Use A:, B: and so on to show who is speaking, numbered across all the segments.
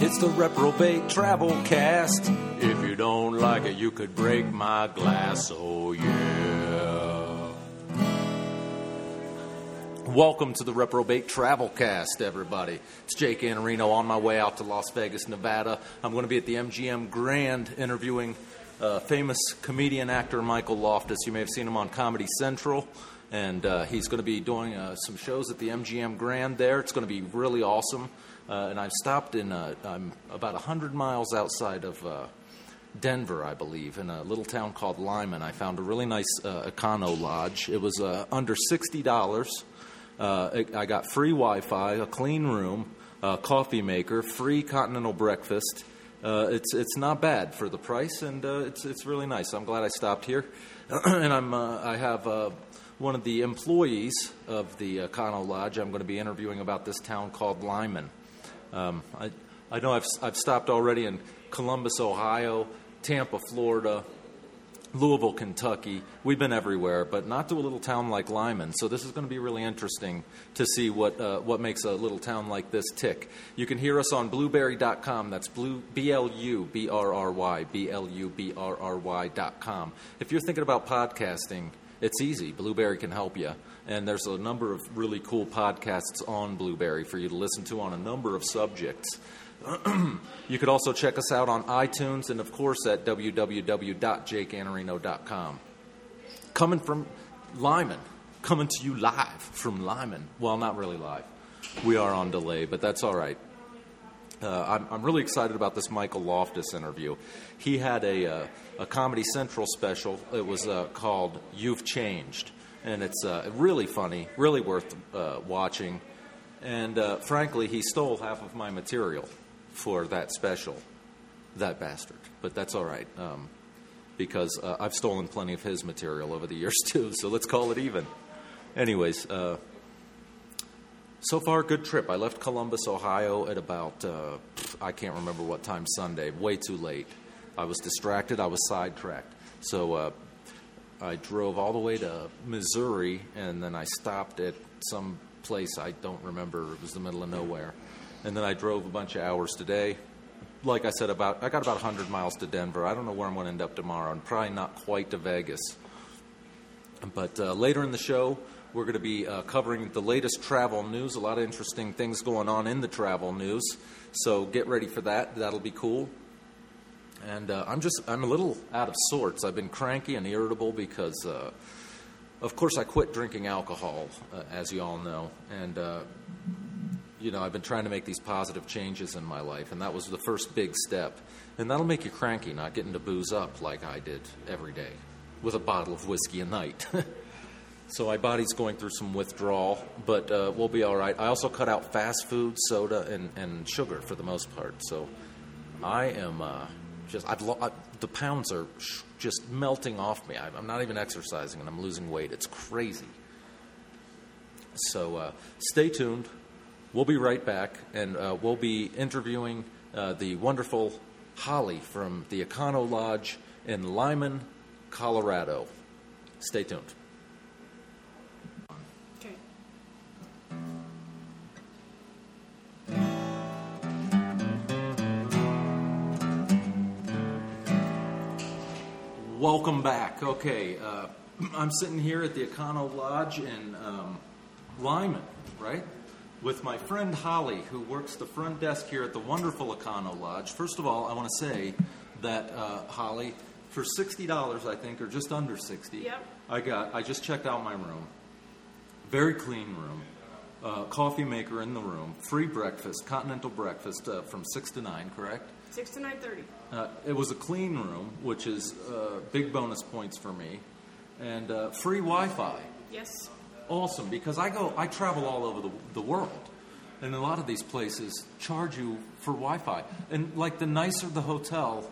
A: It's the reprobate travel cast. If you don't like it, you could break my glass. Oh, yeah. Welcome to the Reprobate Travelcast, everybody. It's Jake Anarino on my way out to Las Vegas, Nevada. I'm going to be at the MGM Grand interviewing uh, famous comedian actor Michael Loftus. You may have seen him on Comedy Central, and uh, he's going to be doing uh, some shows at the MGM Grand there. It's going to be really awesome. Uh, and I've stopped in, uh, I'm about 100 miles outside of. Uh, Denver, I believe, in a little town called Lyman. I found a really nice uh, Econo Lodge. It was uh, under sixty dollars. Uh, I- I got free Wi-Fi, a clean room, a coffee maker, free continental breakfast. Uh, it's it's not bad for the price, and uh, it's it's really nice. I'm glad I stopped here, and I'm uh, I have. Uh, one of the employees of the Econo Lodge, I'm going to be interviewing about this town called Lyman. Um, I, I know I've, I've stopped already in Columbus, Ohio, Tampa, Florida, Louisville, Kentucky. We've been everywhere, but not to a little town like Lyman. So this is going to be really interesting to see what uh, what makes a little town like this tick. You can hear us on blueberry.com. That's blue b l u b r r y b l u b r r y dot com. If you're thinking about podcasting, it's easy. Blueberry can help you. And there's a number of really cool podcasts on Blueberry for you to listen to on a number of subjects. You could also check us out on iTunes and, of course, at www.jakeanarino.com. Coming from Lyman, coming to you live from Lyman. Well, not really live. We are on delay, but that's all right. Uh, I'm, I'm really excited about this Michael Loftus interview. He had a, uh, a Comedy Central special. It was uh, called You've Changed. And it's uh, really funny, really worth uh, watching. And uh, frankly, he stole half of my material for that special, that bastard. But that's all right, um, because uh, I've stolen plenty of his material over the years, too. So let's call it even. Anyways, uh, so far, good trip. I left Columbus, Ohio at about, uh, pff, I can't remember what time Sunday, way too late. I was distracted, I was sidetracked. So uh, I drove all the way to Missouri and then I stopped at some place I don't remember. It was the middle of nowhere. And then I drove a bunch of hours today. Like I said, about I got about 100 miles to Denver. I don't know where I'm going to end up tomorrow, and probably not quite to Vegas. But uh, later in the show, we're going to be uh, covering the latest travel news. A lot of interesting things going on in the travel news. So get ready for that. That'll be cool. And uh, I'm just I'm a little out of sorts. I've been cranky and irritable because, uh, of course, I quit drinking alcohol, uh, as you all know, and. Uh, you know, I've been trying to make these positive changes in my life, and that was the first big step. And that'll make you cranky not getting to booze up like I did every day with a bottle of whiskey a night. so my body's going through some withdrawal, but uh, we'll be all right. I also cut out fast food, soda, and, and sugar for the most part. So I am uh, just, I've lo- I, the pounds are sh- just melting off me. I'm I'm not even exercising, and I'm losing weight. It's crazy. So uh, stay tuned. We'll be right back, and uh, we'll be interviewing uh, the wonderful Holly from the Econo Lodge in Lyman, Colorado. Stay tuned.
B: Okay.
A: Welcome back. Okay, uh, I'm sitting here at the Econo Lodge in um, Lyman, right? With my friend Holly, who works the front desk here at the wonderful Econo Lodge. First of all, I want to say that uh, Holly, for sixty dollars, I think, or just under sixty,
B: Yep.
A: I got. I just checked out my room. Very clean room. Uh, coffee maker in the room. Free breakfast, continental breakfast uh, from six to nine. Correct.
B: Six to nine thirty.
A: Uh, it was a clean room, which is uh, big bonus points for me, and uh, free Wi-Fi.
B: Yes.
A: Awesome, because I go, I travel all over the, the world, and a lot of these places charge you for Wi-Fi. And like the nicer the hotel,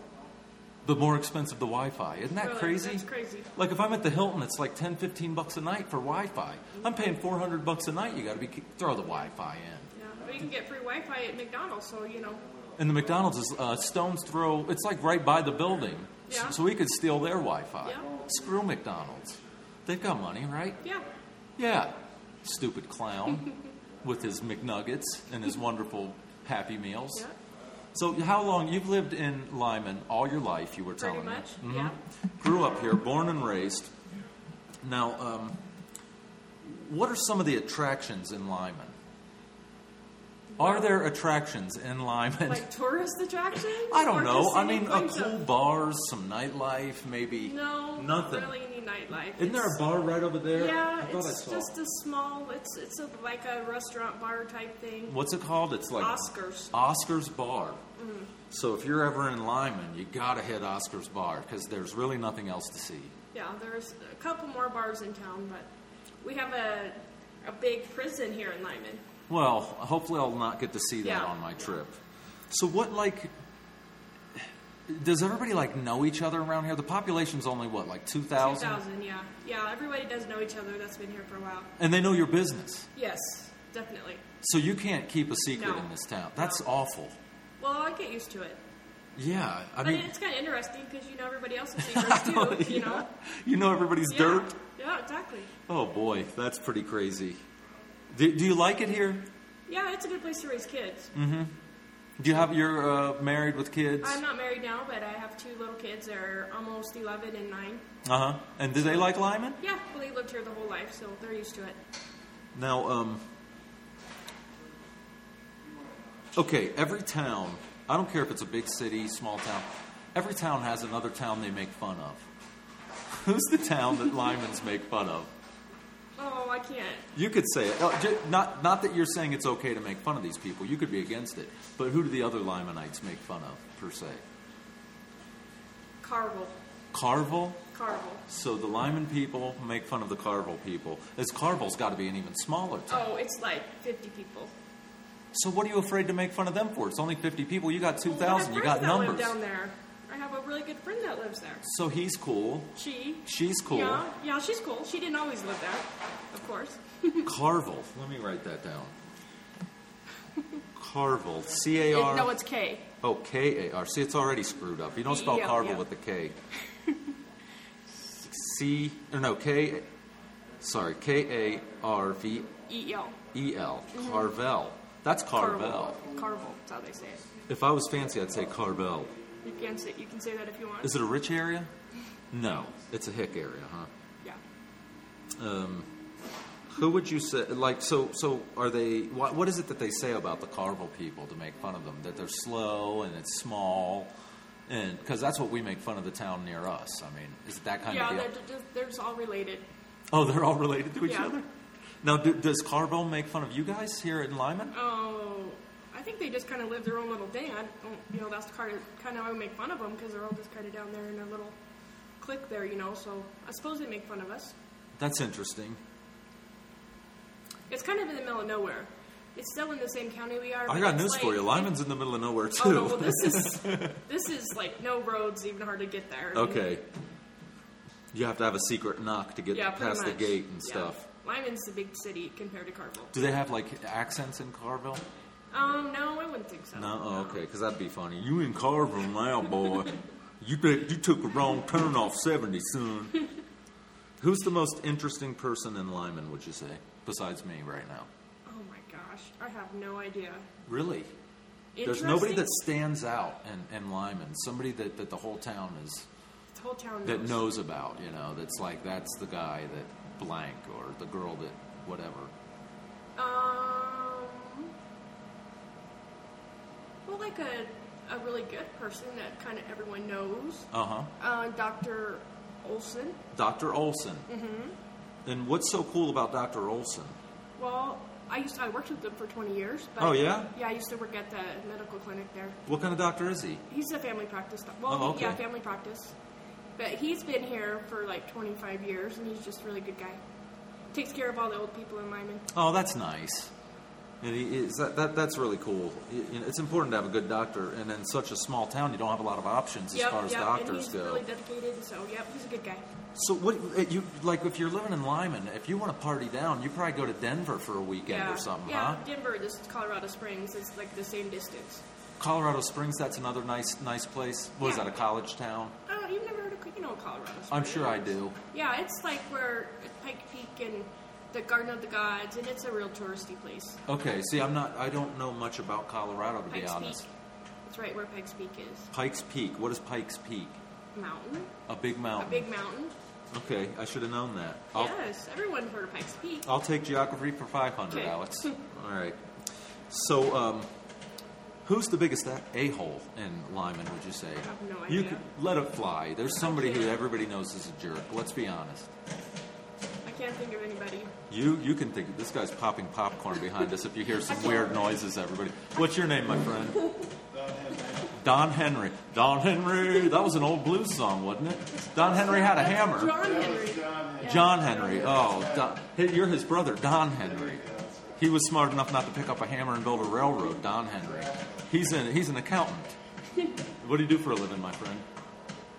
A: the more expensive the Wi-Fi. Isn't that
B: Really,
A: crazy?
B: That's crazy.
A: Like if I'm at the Hilton, it's like 10, 15 bucks a night for Wi-Fi. I'm paying 400 bucks a night. You got to be throw the Wi-Fi in.
B: Yeah. Well, you can get free Wi-Fi at McDonald's, so you know.
A: And the McDonald's is uh, stone's throw. It's like right by the building, S-
B: Yeah.
A: so we could steal their Wi-Fi.
B: Yeah.
A: Screw McDonald's. They've got money, right?
B: Yeah.
A: Yeah. Stupid clown with his McNuggets and his wonderful Happy Meals.
B: Yeah.
A: So how long you've lived in Lyman all your life? You Mm-hmm. were
B: Pretty
A: telling me.
B: much. Yeah.
A: Grew up here, born and raised. Now, um, what are some of the attractions in Lyman? Are there attractions in Lyman?
B: Like tourist attractions?
A: I don't
B: Or
A: know.
B: just
A: I
B: any
A: mean, a
B: place of-
A: cool bars, some nightlife, maybe.
B: No,
A: nothing.
B: Not really any nightlife.
A: Isn't there a
B: It's-
A: bar right over there? I
B: Yeah,
A: thought I
B: it's
A: saw.
B: just a small. It's it's a, like a restaurant bar type thing.
A: What's it called? It's like
B: Oscars. Mm.
A: Oscars Bar. So if you're ever in Lyman, you gotta hit Oscars Bar because there's really nothing else to see.
B: Yeah, there's a couple more bars in town, but we have a a big prison here in Lyman.
A: Well, hopefully I'll not get to see that
B: Yeah.
A: on my trip. So what like does everybody like know each other around here? The population's only what, like two thousand?
B: 2000, yeah, yeah. Everybody does know each other. That's been here for a while.
A: And they know your business.
B: Yes, definitely.
A: So you can't keep a secret
B: No.
A: in this town. That's awful.
B: Well, I get used to it.
A: Yeah. I
B: but
A: mean
B: it's kind of interesting because you know everybody else's secrets too. You know.
A: you know everybody's
B: Yeah.
A: dirt.
B: Yeah, exactly.
A: Oh boy, that's pretty crazy. Do, do you like it here?
B: Yeah, it's a good place to raise kids.
A: Mm. Do you have you're uh, married with kids?
B: I'm not married now, but I have two little kids. They're almost 11 and 9.
A: Uh huh. And do they like Lyman?
B: Yeah, well, they lived here the whole life, so they're used to it.
A: Now, um, okay, every town, I don't care if it's a big city, small town, every town has another town they make fun of. Who's the town that Lyman's make fun of?
B: Oh, I can't.
A: You could say it. Uh, ju- Not, not that you're saying it's okay to make fun of these people. You could be against it. But who do the other Lymanites make fun of, per se?
B: Carvel.
A: Carvel?
B: Carvel.
A: So the Lyman people make fun of the Carvel people. As Carvel's got to be an even smaller town.
B: Oh, it's like 50 people.
A: So what are you afraid to make fun of them for? It's only 50 people. You got
B: Well, I have
A: 2,000. You got
B: friends that
A: numbers.
B: Live down there. I have a really good friend that lives there.
A: So he's cool.
B: She.
A: She's cool.
B: Yeah, yeah, she's cool. She didn't always live there, of course.
A: Carvel. Let me write that down. Carvel. C A
B: It- no,
A: R.
B: it's K.
A: Oh, K A R. See, it's already screwed up. You don't spell
B: Yeah,
A: Carvel
B: yeah.
A: with a K. C or no K. Sorry, K A R V
B: E L.
A: E L. Carvel. That's Carvel.
B: Mm-hmm. Carvel. That's how they say it.
A: If I was fancy, I'd say Carvel.
B: You can say you can say that if you want.
A: Is it a rich area? No, it's a hick area, huh?
B: yeah.
A: Who would you say like so? So are they? What, what is it that they say about the Carvel people to make fun of them? That they're slow and it's small, and because that's what we make fun of the town near us. I mean, is it that kind
B: Yeah,
A: of
B: they're,
A: deal?
B: ju- just- they're just all related.
A: Oh, they're all related to each
B: Yeah.
A: other. Now, do, does Carvel make fun of you guys here in Lyman?
B: Oh, I think they just kind of live their own little day. I don't, you know, that's kind of kind of how I make fun of them because they're all just kind of down there in their little clique there, you know. So I suppose they make fun of us.
A: That's interesting.
B: It's kind of in the middle of nowhere. It's still in the same county we are.
A: I
B: but
A: got
B: it's
A: news for
B: like-
A: you. Lyman's in the middle of nowhere too.
B: Oh no, well, this is this is like no roads, even hard to get there. I mean,
A: okay. You have to have a secret knock to get
B: Yeah, pretty
A: past the
B: much.
A: gate and
B: Yeah.
A: stuff.
B: Lyman's the big city compared to Carville.
A: Do they have like accents in Carvel?
B: Um, no, I wouldn't think so.
A: No, oh, okay, because that'd be funny. You in Carver now, boy. you bet you took a wrong turn off seventy, son. Who's the most interesting person in Lyman? Would you say besides me right now?
B: Oh my gosh, I have no idea.
A: Really? There's nobody
B: Interesting-
A: that stands out in, in Lyman. Somebody that, that the whole town is
B: the whole town
A: that knows about. You know, that's like that's the guy that blank or the girl that whatever.
B: Um, well, like a, a really good person that kind of everyone knows,
A: Uh huh.
B: uh, Dr. Olson.
A: Dr. Olson. Mm-hmm. And what's so cool about Dr. Olson?
B: Well, I used to, I worked with him for 20 years. But
A: Oh, yeah?
B: Yeah, I used to work at the medical clinic there.
A: What kind of doctor is he?
B: He's a family practice. doc- Well,
A: Oh, okay.
B: yeah, family practice. But he's been here for like 25 years, and he's just a really good guy. Takes care of all the old people in Lyman.
A: Oh, that's nice. And he is, that, that, that's really cool. Y- You know, it's important to have a good doctor, and in such a small town, you don't have a lot of options as
B: yep,
A: far as
B: yep, and
A: doctors
B: he's
A: go.
B: really dedicated. So, yep, he's a good guy.
A: so, what uh, you like if you're living in Lyman, if you want to party down, you probably go to Denver for a weekend or something,
B: yeah,
A: huh?
B: Denver, this is Colorado Springs. It's like the same distance.
A: Colorado Springs, that's another nice, nice place. What is
B: Yeah.
A: that? A college town?
B: Oh, you've never heard of you know Colorado Springs?
A: I'm sure I do.
B: Yeah, it's like where Pike Peak and the Garden of the Gods, and it's a real touristy place.
A: Okay, see, I'm not. I don't know much about Colorado to be
B: Pikes
A: honest.
B: Peak. It's That's right where Pikes Peak is.
A: Pikes Peak. What is Pikes Peak?
B: Mountain.
A: A big
B: A
A: mountain. Oh.
B: big mountain.
A: okay, I should have known that. I'll,
B: yes, everyone's heard of Pikes Peak.
A: I'll take geography for 500,
B: Okay.
A: Alex. All right. So, um, who's the biggest a hole in Lyman, would you say? I
B: have no
A: You
B: idea.
A: could, let it fly. There's somebody who
B: can't.
A: everybody knows is a jerk. Let's be honest.
B: I can't think of anybody.
A: You you can think this guy's popping popcorn behind us if you hear some weird noises, everybody. What's your name, my friend? Don Henry. Don Henry. That was an old blues song, wasn't it? Don Henry had a hammer.
B: John Henry. Yeah.
A: John Henry. Oh, Don, hey, you're his brother, Don Henry. He was smart enough not to pick up a hammer and build a railroad, Don Henry. He's an he's an accountant. What do you do for a living, my friend?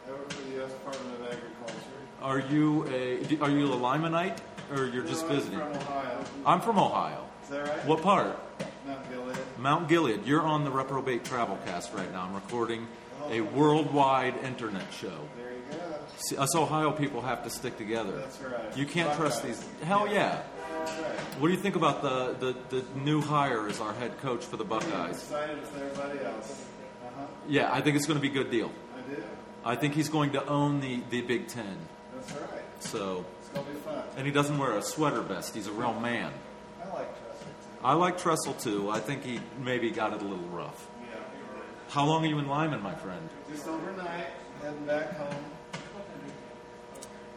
C: I work for the U.S. Department of Agriculture.
A: Are you a are you a Lymanite or you're just
C: No, I'm
A: visiting?
C: From Ohio.
A: I'm from Ohio.
C: Is that right?
A: What part?
C: Not Gilead.
A: Mount Gilead, you're on the Reprobate Travelcast right now. I'm recording a worldwide internet show.
C: There you go.
A: See, us Ohio people have to stick together.
C: That's right.
A: You can't trust
C: Buckeyes.
A: these. Hell yeah.
C: That's right.
A: What do you think about the, the, the new hire as our head coach for the
C: I'm
A: Buckeyes?
C: excited as everybody else. Uh huh.
A: Yeah, I think it's going to be a good deal.
C: I do.
A: I think he's going to own the, the Big Ten.
C: That's right.
A: So,
C: It's gonna be fun.
A: and he doesn't wear a sweater vest. He's a real man.
C: I like trusting too.
A: I like Trestle too. I think he maybe got it a little rough.
C: Yeah.
A: How long are you in Lyman, my friend?
C: Just overnight, heading back home.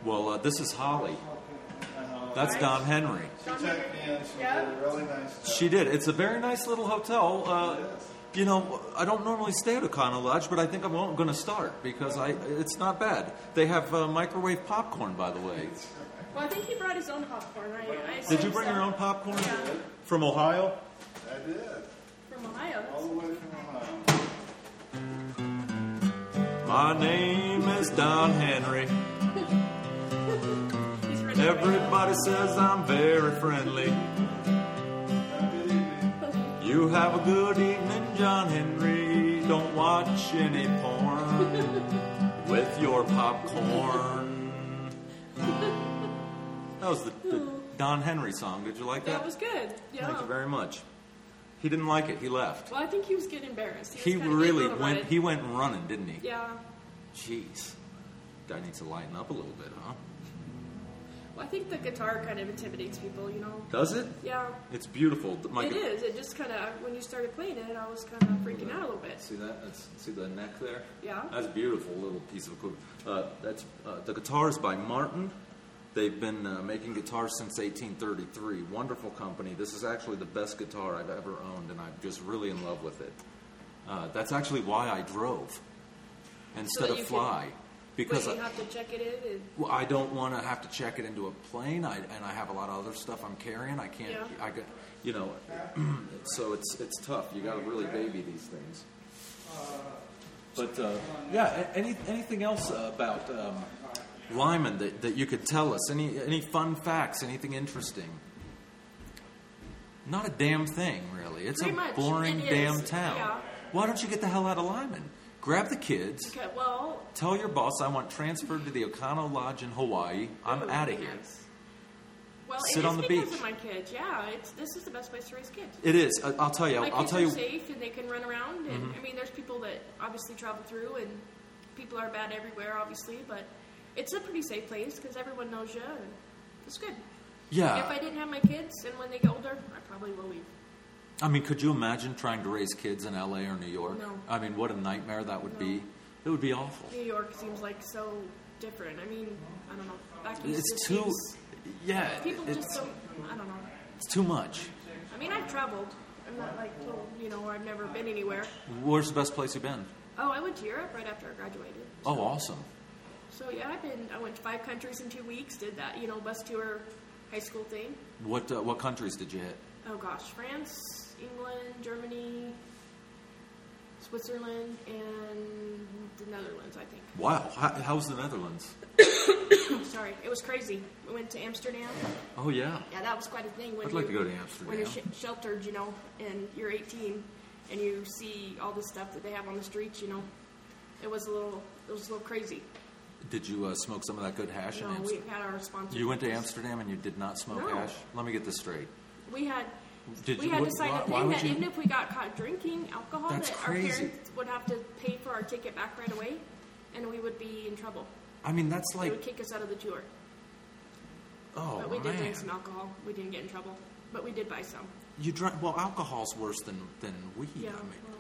A: Well, uh, this is Holly. That's Don Henry.
C: She checked me in. She did
B: Yeah.
C: a really nice job.
A: She did. It's a very nice little hotel. Uh, you know, I don't normally stay at Econo Lodge, but I think I'm going to start because I it's not bad. They have uh, microwave popcorn, by the way.
B: Well, I think he brought his own popcorn, right? I
A: Did you
B: assume
A: bring
B: so.
A: your own popcorn
B: Yeah.
A: from Ohio?
C: I did.
B: From Ohio.
C: All the way from Ohio.
A: My name is Don Henry.
B: He's ready.
A: Everybody says I'm very friendly.
C: Have a good evening.
A: You have a good evening, John Henry. Don't watch any porn with your popcorn. That was the, the Don Henry song. Did you like that?
B: That was good. Yeah.
A: Thank you very much. He didn't like it. He left.
B: Well, I think he was getting embarrassed.
A: He
B: was kinda
A: really
B: anal about
A: went.
B: it.
A: He went running, didn't he?
B: Yeah.
A: Jeez, guy needs to lighten up a little bit, huh?
B: Well, I think the guitar kind of intimidates people, you know.
A: Does it?
B: Yeah.
A: It's beautiful. My
B: it is. It just kind of when you started playing it, I was kind of freaking out a little bit.
A: See that? That's, see the neck there?
B: Yeah.
A: That's a beautiful little piece of equipment. Uh, that's uh, the guitar is by Martin. They've been uh, making guitars since 1833. Wonderful company. This is actually the best guitar I've ever owned, and I'm just really in love with it. Uh, that's actually why I drove instead
B: that
A: of
B: you could-
A: fly. because
B: Wait, you
A: I,
B: have to check it in. And,
A: well, I don't want to have to check it into a plane, I, and I have a lot of other stuff I'm carrying. I can't,
B: Yeah.
A: I could, you know, so it's it's tough. You got to really baby these things. But uh, yeah, a- any anything else uh, about um, Lyman that, that you could tell us? Any any fun facts? Anything interesting? Not a damn thing, really. It's
B: Pretty
A: a
B: much,
A: boring
B: it is,
A: damn town.
B: yeah.
A: Why don't you get the hell out of Lyman? Grab the kids.
B: okay. Well.
A: Tell your boss I want transferred to the Okano Lodge in Hawaii. I'm
B: ooh,
A: out of here.
B: yes. Well,
A: Sit
B: it is
A: on the
B: because
A: beach.
B: of my kids. Yeah, it's this is the best place to raise kids.
A: It is. I- I'll tell you.
B: My
A: I'll
B: kids
A: tell
B: are
A: you. Mm-hmm.
B: safe and they can run around. And I mean, there's people that obviously travel through, and people are bad everywhere, obviously. But it's a pretty safe place because everyone knows you, and it's good. if I
A: Yeah.
B: didn't have my kids, and when they get older, I probably will leave.
A: I mean, could you imagine trying to raise kids in L.A. or New York?
B: No.
A: I mean, what a nightmare that would
B: No.
A: be. It would be awful.
B: New York seems like so different. I mean, I don't know. Back east,
A: It's
B: it
A: too.
B: seems-
A: Yeah.
B: People just
A: It's,
B: don't. I don't know.
A: it's too much.
B: I mean, I've traveled. I'm not like total, you know, I've never been anywhere.
A: Where's the best place you've been?
B: Oh, I went to Europe right after I graduated.
A: Oh, awesome.
B: So yeah, I've been. I went to five countries in two weeks. Did that, you know, bus tour, high school thing.
A: What uh, what countries did you hit?
B: Oh gosh, France, England, Germany, Switzerland, and the Netherlands. I think.
A: Wow. How, how's the Netherlands?
B: Sorry, it was crazy. We went to Amsterdam.
A: Oh yeah.
B: Yeah, that was quite a thing. When
A: I'd like
B: you-
A: to go to Amsterdam.
B: When you're sh- sheltered, you know, and you're 18, and you see all the stuff that they have on the streets, you know, it was a little, it was a little crazy.
A: Did you uh, smoke some of that good hash
B: No,
A: in Amsterdam?
B: we had our sponsor.
A: You went to Amsterdam and you did not smoke
B: No.
A: hash. Let me get this straight.
B: We had.
D: Did
B: We
D: you-
B: had
D: what-
B: to sign
D: why-
B: a
D: why
B: thing
D: would
B: that
D: you-
B: even if we got caught drinking alcohol,
A: That's
B: that
A: crazy.
B: our parents would have to pay for our ticket back right away, and we would be in trouble.
A: I mean, that's
B: they
A: like
B: would kick us out of the tour.
A: oh
B: but we did
A: man.
B: drink some alcohol. We didn't get in trouble, but we did buy some.
A: You drink well. Alcohol's worse than than weed.
B: Yeah,
A: I mean,
B: well,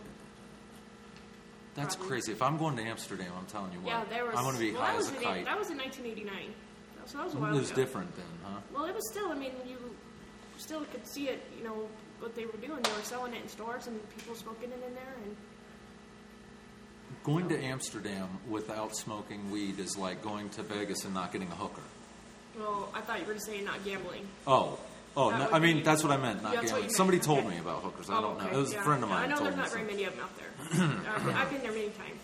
A: that's
B: probably.
A: crazy. If I'm going to Amsterdam, I'm telling you what.
B: yeah, there was.
A: I'm going to be
B: well,
A: high
B: that
A: as
B: was
A: a
B: in,
A: kite.
B: That was in 1989, so that was a
A: It
B: while
A: was
B: ago.
A: different then, huh?
B: Well, it was still. I mean, you still could see it. You know what they were doing. They were selling it in stores, and people smoking it in there. And
A: Going to Amsterdam without smoking weed is like going to Vegas and not getting a hooker.
B: well, I thought you were going to say not gambling.
A: Oh, oh,
B: That
A: no,
B: would
A: I mean
B: be-
A: that's what I meant. Not
B: That's what
A: gambling.
B: you meant,
A: Somebody told
B: okay.
A: me about hookers. I
B: Oh,
A: don't
B: okay,
A: know. It was
B: yeah.
A: a friend of
B: Yeah,
A: mine
B: I know
A: told
B: there's
A: me.
B: not very
A: something.
B: many of them out there. Uh, I've been there many times.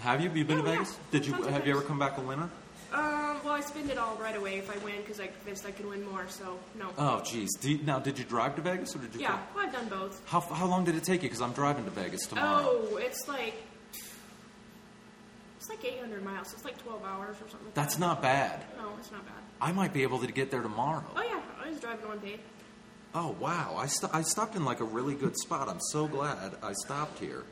A: Have you? You been to
B: Yeah, yeah.
A: Vegas? Did you?
B: Tons of
A: Have you
B: times.
A: ever come back a winner?
B: Um, well, I spend it all right away if I win because I convinced I could win more. So no.
A: Oh, geez. Do you- now, did you drive to Vegas or did you?
B: yeah,
A: fly?
B: well, I've done both.
A: How how long did it take you? Because I'm driving to Vegas tomorrow.
B: Oh, it's like it's like 800 miles. It's like 12 hours or something. like
A: That's
B: that.
A: not bad.
B: No, it's not bad.
A: I might be able to get there tomorrow.
B: Oh yeah, I was driving one day.
A: Oh wow! I, sto- I stopped in like a really good spot. I'm so glad I stopped here.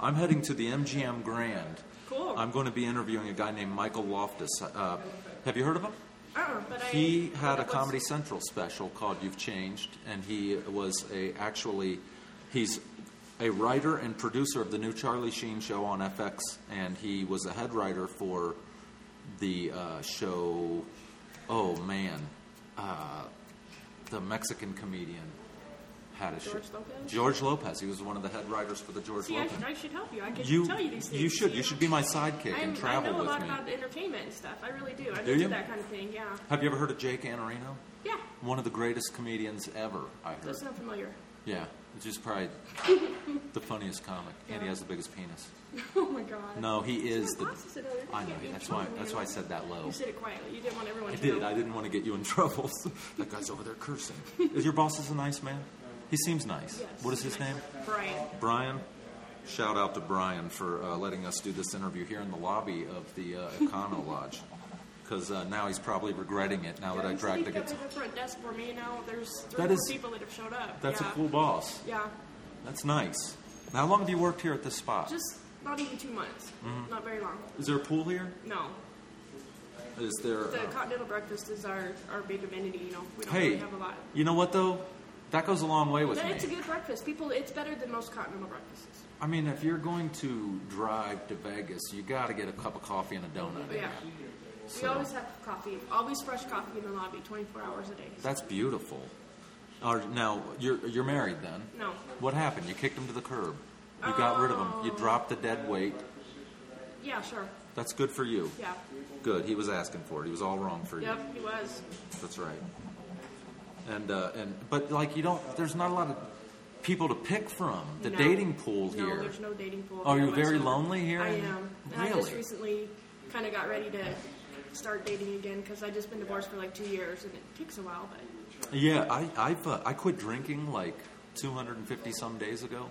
A: I'm heading to the MGM Grand.
B: Cool.
A: I'm going to be interviewing a guy named Michael Loftus. Uh, have you heard of him?
B: Uh-uh, but
A: He
B: I,
A: had
B: but
A: a
B: it was-
A: Comedy Central special called "You've Changed," and he was a actually he's a writer and producer of the new Charlie Sheen show on FX, and he was a head writer for the uh, show. Oh man, uh, the Mexican comedian had a
B: George
A: show.
B: Lopez?
A: George Lopez. He was one of the head writers for the George
B: See, I
A: Lopez.
B: should, I should help you. I could tell you these things.
A: you should you should be my sidekick
B: I'm,
A: and travel
B: I know
A: with
B: a lot
A: me.
B: about entertainment and stuff. I really do. I'm
A: Do
B: into
A: you?
B: that kind of thing. Yeah.
A: Have you ever heard of Jake Anarino?
B: Yeah.
A: One of the greatest comedians ever, I heard.
B: Does sound familiar.
A: Yeah, which is probably the funniest comic, and he
B: Yeah.
A: has the biggest penis.
B: Oh my god.
A: No, he is
B: My
A: the.
B: boss said, "Oh, you're
A: I
B: gonna
A: know.
B: get me in
A: That's why.
B: trouble
A: That's
B: here."
A: why I said that low.
B: You said it quietly. You didn't want everyone
A: I
B: to
A: did.
B: know.
A: I didn't want to get you in trouble. that guy's over there cursing. Is your boss is a nice man? He seems nice.
B: Yes.
A: What is his name?
B: Brian.
A: Brian. Shout out to Brian for uh, letting us do this interview here in the lobby of the uh, Econo Lodge, because uh, now he's probably regretting it now that I
B: He's
A: dragged the
B: sitting
A: guitar.
B: over the front desk for me now. There's three
A: That
B: or
A: is-
B: four people that have showed up.
A: That's
B: yeah.
A: a cool boss.
B: Yeah.
A: That's nice. Now, how long have you worked here at this spot?
B: Just not even two months.
A: Mm-hmm.
B: Not very long.
A: Is there a pool here?
B: No.
A: Is there?
B: The
A: uh,
B: continental breakfast is our, our big amenity, you know. We don't really
A: hey,
B: have a lot.
A: you know what though? That goes a long way with
B: But it's a
A: me.
B: good breakfast. People it's better than most continental breakfasts.
A: I mean, if you're going to drive to Vegas, you got to get a cup of coffee and a donut.
B: But yeah. We
A: So-
B: always have coffee. Always fresh coffee in the lobby, twenty four hours a day.
A: That's beautiful. Are, now you're you're married then?
B: No.
A: What happened? You kicked him to the curb. You got rid of him.
B: Oh.
A: You dropped the dead weight.
B: Yeah, sure.
A: That's good for you.
B: Yeah.
A: Good. He was asking for it. He was all wrong for you.
B: Yep, he was.
A: That's right. And uh, and but like you don't. There's not a lot of people to pick from. The
B: No.
A: dating pool
B: No,
A: here.
B: there's no dating pool.
A: Are you
B: here
A: very
B: whatsoever.
A: lonely here?
B: I am. And I just
A: Really?
B: recently kind of got ready to start dating again because I just been divorced for like two years and it takes a while. But
A: Yeah, I I've, uh, I quit drinking like 250 some days ago,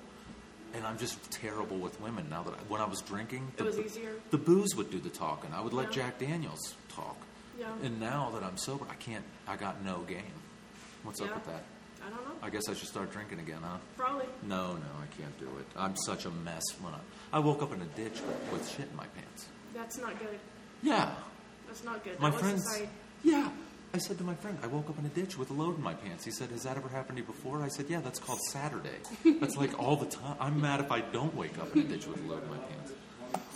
A: and I'm just terrible with women now that I, when I was drinking,
B: It was easier.
A: The booze would do the talking. I would let
B: Yeah.
A: Jack Daniels talk.
B: Yeah.
A: And now that I'm sober, I can't. I got no game. What's up
B: Yeah.
A: with that?
B: I don't know.
A: I guess I should start drinking again, huh?
B: Probably.
A: No, no, I can't do it. I'm such a mess when I I woke up in a ditch with, with shit in my pants.
B: That's not good.
A: Yeah.
B: That's not good.
A: My
B: that
A: friends.
B: Was society.
A: Yeah. I said to my friend, I woke up in a ditch with a load in my pants. He said, Has that ever happened to you before? I said, Yeah, that's called Saturday. That's like all the time. I'm mad if I don't wake up in a ditch with a load in my pants.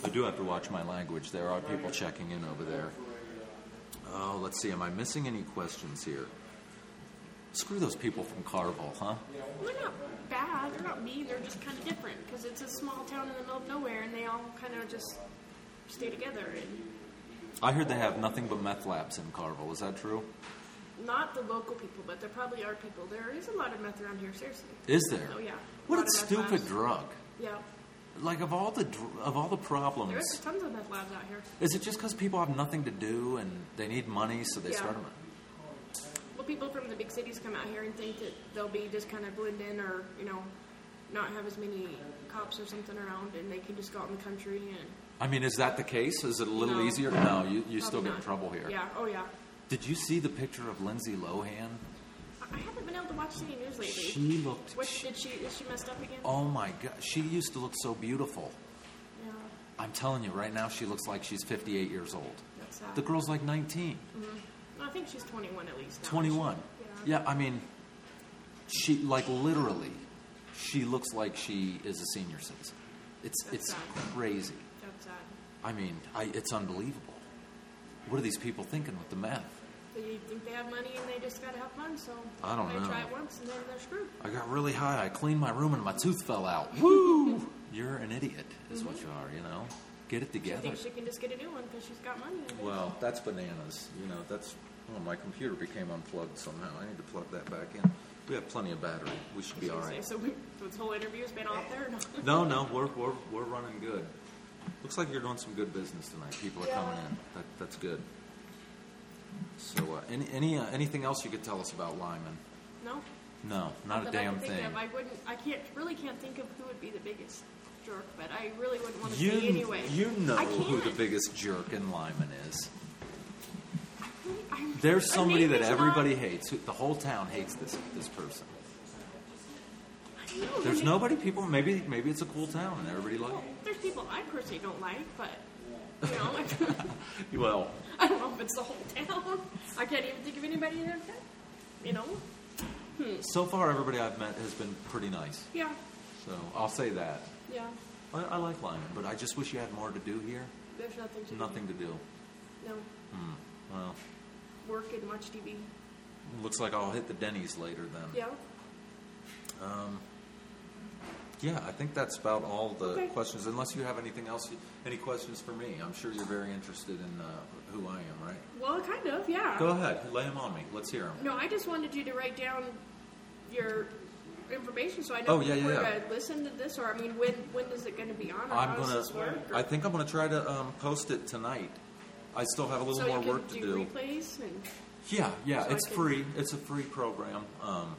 A: I do have to watch my language. There are people checking in over there. Oh, let's see. Am I missing any questions here? Screw those people from Carville, huh?
B: They're not bad. They're not mean. They're just kind of different because it's a small town in the middle of nowhere and they all kind of just stay together. And
A: I heard they have nothing but meth labs in Carville. Is that true?
B: not the local people, but there probably are people. There is a lot of meth around here. Seriously.
A: Is there?
B: Oh yeah.
A: What a
B: A lot of meth
A: stupid
B: labs.
A: drug.
B: Yeah.
A: Like of all the dr- of all the problems.
B: There is tons of meth labs out here.
A: Is it just because people have nothing to do and they need money, so they
B: Yeah.
A: start them?
B: Well, people from the big cities come out here and think that they'll be just kind of blend in or, you know, not have as many cops or something around and they can just go out in the country and.
A: I mean, is that the case? Is it a little
B: No.
A: easier? No, you, you
B: probably
A: still get in
B: not.
A: trouble here.
B: Yeah, oh yeah.
A: Did you see the picture of Lindsay Lohan?
B: I- I haven't been able to watch any news lately.
A: She looked.
B: what did she? Is she messed up again?
A: Oh my god, she used to look so beautiful.
B: Yeah,
A: I'm telling you, right now she looks like she's 58 years old.
B: that's sad.
A: The girl's like 19,
B: I think she's 21 at least. Now.
A: 21.
B: Yeah.
A: Yeah, I mean, she like literally, she looks like she is a senior citizen. It's
B: That's
A: it's
B: sad.
A: crazy.
B: That's sad.
A: I mean, I, it's unbelievable. What are these people thinking with the meth?
B: They think they have money and they just gotta have fun, so
A: I don't
B: they
A: know.
B: try it once and then they're screwed.
A: I got really high. I cleaned my room and my tooth fell out. Woo! You're an idiot, is what
B: Mm-hmm.
A: you are. You know, get it
B: She
A: together.
B: thinks she can just get a new one because she's got money. I guess.
A: Well, that's bananas. You know, that's. Oh, my computer became unplugged somehow. I need to plug that back in. We have plenty of battery. We should be all right.
B: So, we, so this whole interview's been off there. No.
A: No, no, we're, we're, we're running good. Looks like you're doing some good business tonight. People are
B: Yeah.
A: coming in. That, that's good. So, uh, any, any uh, anything else you could tell us about Lyman?
B: no?
A: No, not a
B: that I can
A: damn
B: think
A: thing.
B: Of. I wouldn't. I can't. Really can't think of who would be the biggest jerk, but I really wouldn't want to
A: You,
B: say anyway.
A: you know
B: I
A: who the
B: can't.
A: biggest jerk in Lyman is.
B: I'm-
A: There's
B: her
A: somebody
B: name
A: that
B: is not-
A: everybody hates. who- The whole town hates this this person.
B: I know, her
A: There's
B: name-
A: nobody. People. Maybe maybe it's a cool town and everybody like.
B: Well, there's people I personally don't like, but you know, like,
A: it. Well,
B: I don't know if it's the whole town. I can't even think of anybody in our town. You know?
A: so far everybody I've met has been pretty nice.
B: Yeah.
A: So I'll say that.
B: Yeah.
A: I, I like Lyman, but I just wish you had more to do here.
B: There's nothing. To
A: Nothing to do.
B: Do. No.
A: Well,
B: Work and watch TV.
A: looks like I'll hit the Denny's later then.
B: Yeah.
A: Yeah, I think that's about all the
B: Okay.
A: questions. Unless you have anything else, you- any questions for me? I'm sure you're very interested in uh, who I am, right?
B: Well, kind of. Yeah.
A: Go ahead, lay them on me. Let's hear them.
B: No, I just wanted you to write down your information so I know
A: Oh, yeah, yeah,
B: where
A: yeah.
B: to listen to this, or I mean, when when is it going to be on? Or how
A: I'm
B: does
A: gonna.
B: this work? Or-
A: I think I'm gonna try to um, post it tonight. I still have a little
B: so
A: more
B: you can
A: work to
B: do,
A: do.
B: replays and
A: Yeah, yeah,
B: So I
A: it's
B: can-
A: free. It's a free program. Um,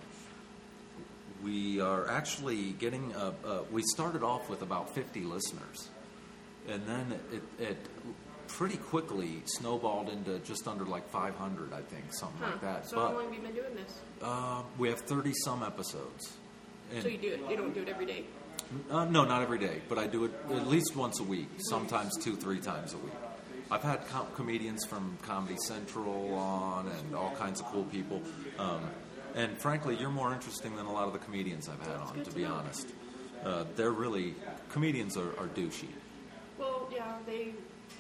A: we are actually getting. A, a, we started off with about 50 listeners, and then it, it pretty quickly snowballed into just under like 500, I think, something
B: huh.
A: like that.
B: So how
A: but
B: long have you been doing this?
A: uh, we have 30 some episodes. And,
B: So you do it. You don't do it every day.
A: uh, no, not every day, but I do it at least once a week, sometimes two, three times a week. I've had com- comedians from Comedy Central on and all kinds of cool people. Um, and frankly, you're more interesting than a lot of the comedians I've had on,
B: good
A: to
B: to
A: be
B: know.
A: honest. Uh, they're really, comedians are, are douchey.
B: Well, yeah, they.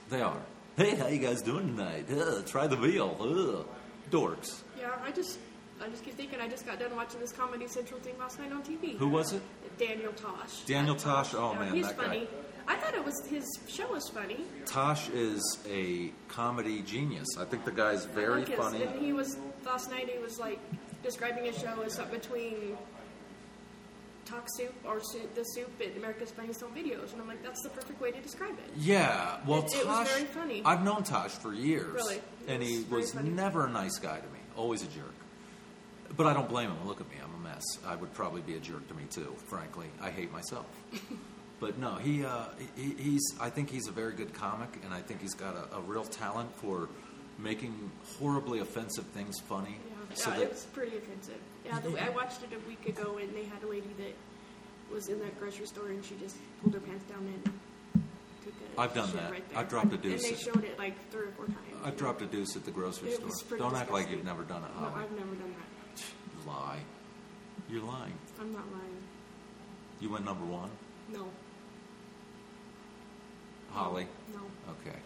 A: They are. Hey, how you guys doing tonight? Uh, try the veal. Uh, dorks.
B: Yeah, I just. I just keep thinking. I just got done watching this Comedy Central thing last night on TV.
A: Who was it?
B: Daniel Tosh.
A: Daniel Tosh? Oh,
B: Yeah,
A: man,
B: he's
A: that guy.
B: funny. I thought it was his show was funny.
A: Tosh is a comedy genius. I think the guy's very
B: Lucas,
A: funny.
B: And he was last night. He was like describing his show as something between talk soup or soup, the soup and America's Funniest Home Videos, and I'm like, that's the perfect way to describe it.
A: Yeah, well,
B: It-
A: Tosh.
B: it was very funny.
A: I've known Tosh for years,
B: Really?
A: and
B: It
A: he
B: was very
A: was
B: funny.
A: never a nice guy to me. Always a jerk. But I don't blame him. Look at me, I'm a mess. I would probably be a jerk to me too. Frankly, I hate myself. but no, he, uh, he he's. I think he's a very good comic, and I think he's got a, a real talent for making horribly offensive things funny.
B: Yeah,
A: So
B: yeah,
A: that-
B: it was pretty offensive. Yeah, the, I watched it a week ago, and they had a lady that was in the grocery store, and she just pulled her pants down and took a
A: I've done
B: shit
A: that.
B: Right there.
A: I've dropped a
B: And they
A: deuce.
B: showed it like three or four times.
A: I've dropped a deuce at the grocery
B: It
A: store.
B: was pretty
A: Don't act like
B: disgusting.
A: you've never done it,
B: no,
A: Holly.
B: I've never done that.
A: Lie. You're lying.
B: I'm not lying.
A: You went number one,
B: No,
A: Holly.
B: no.
A: Okay.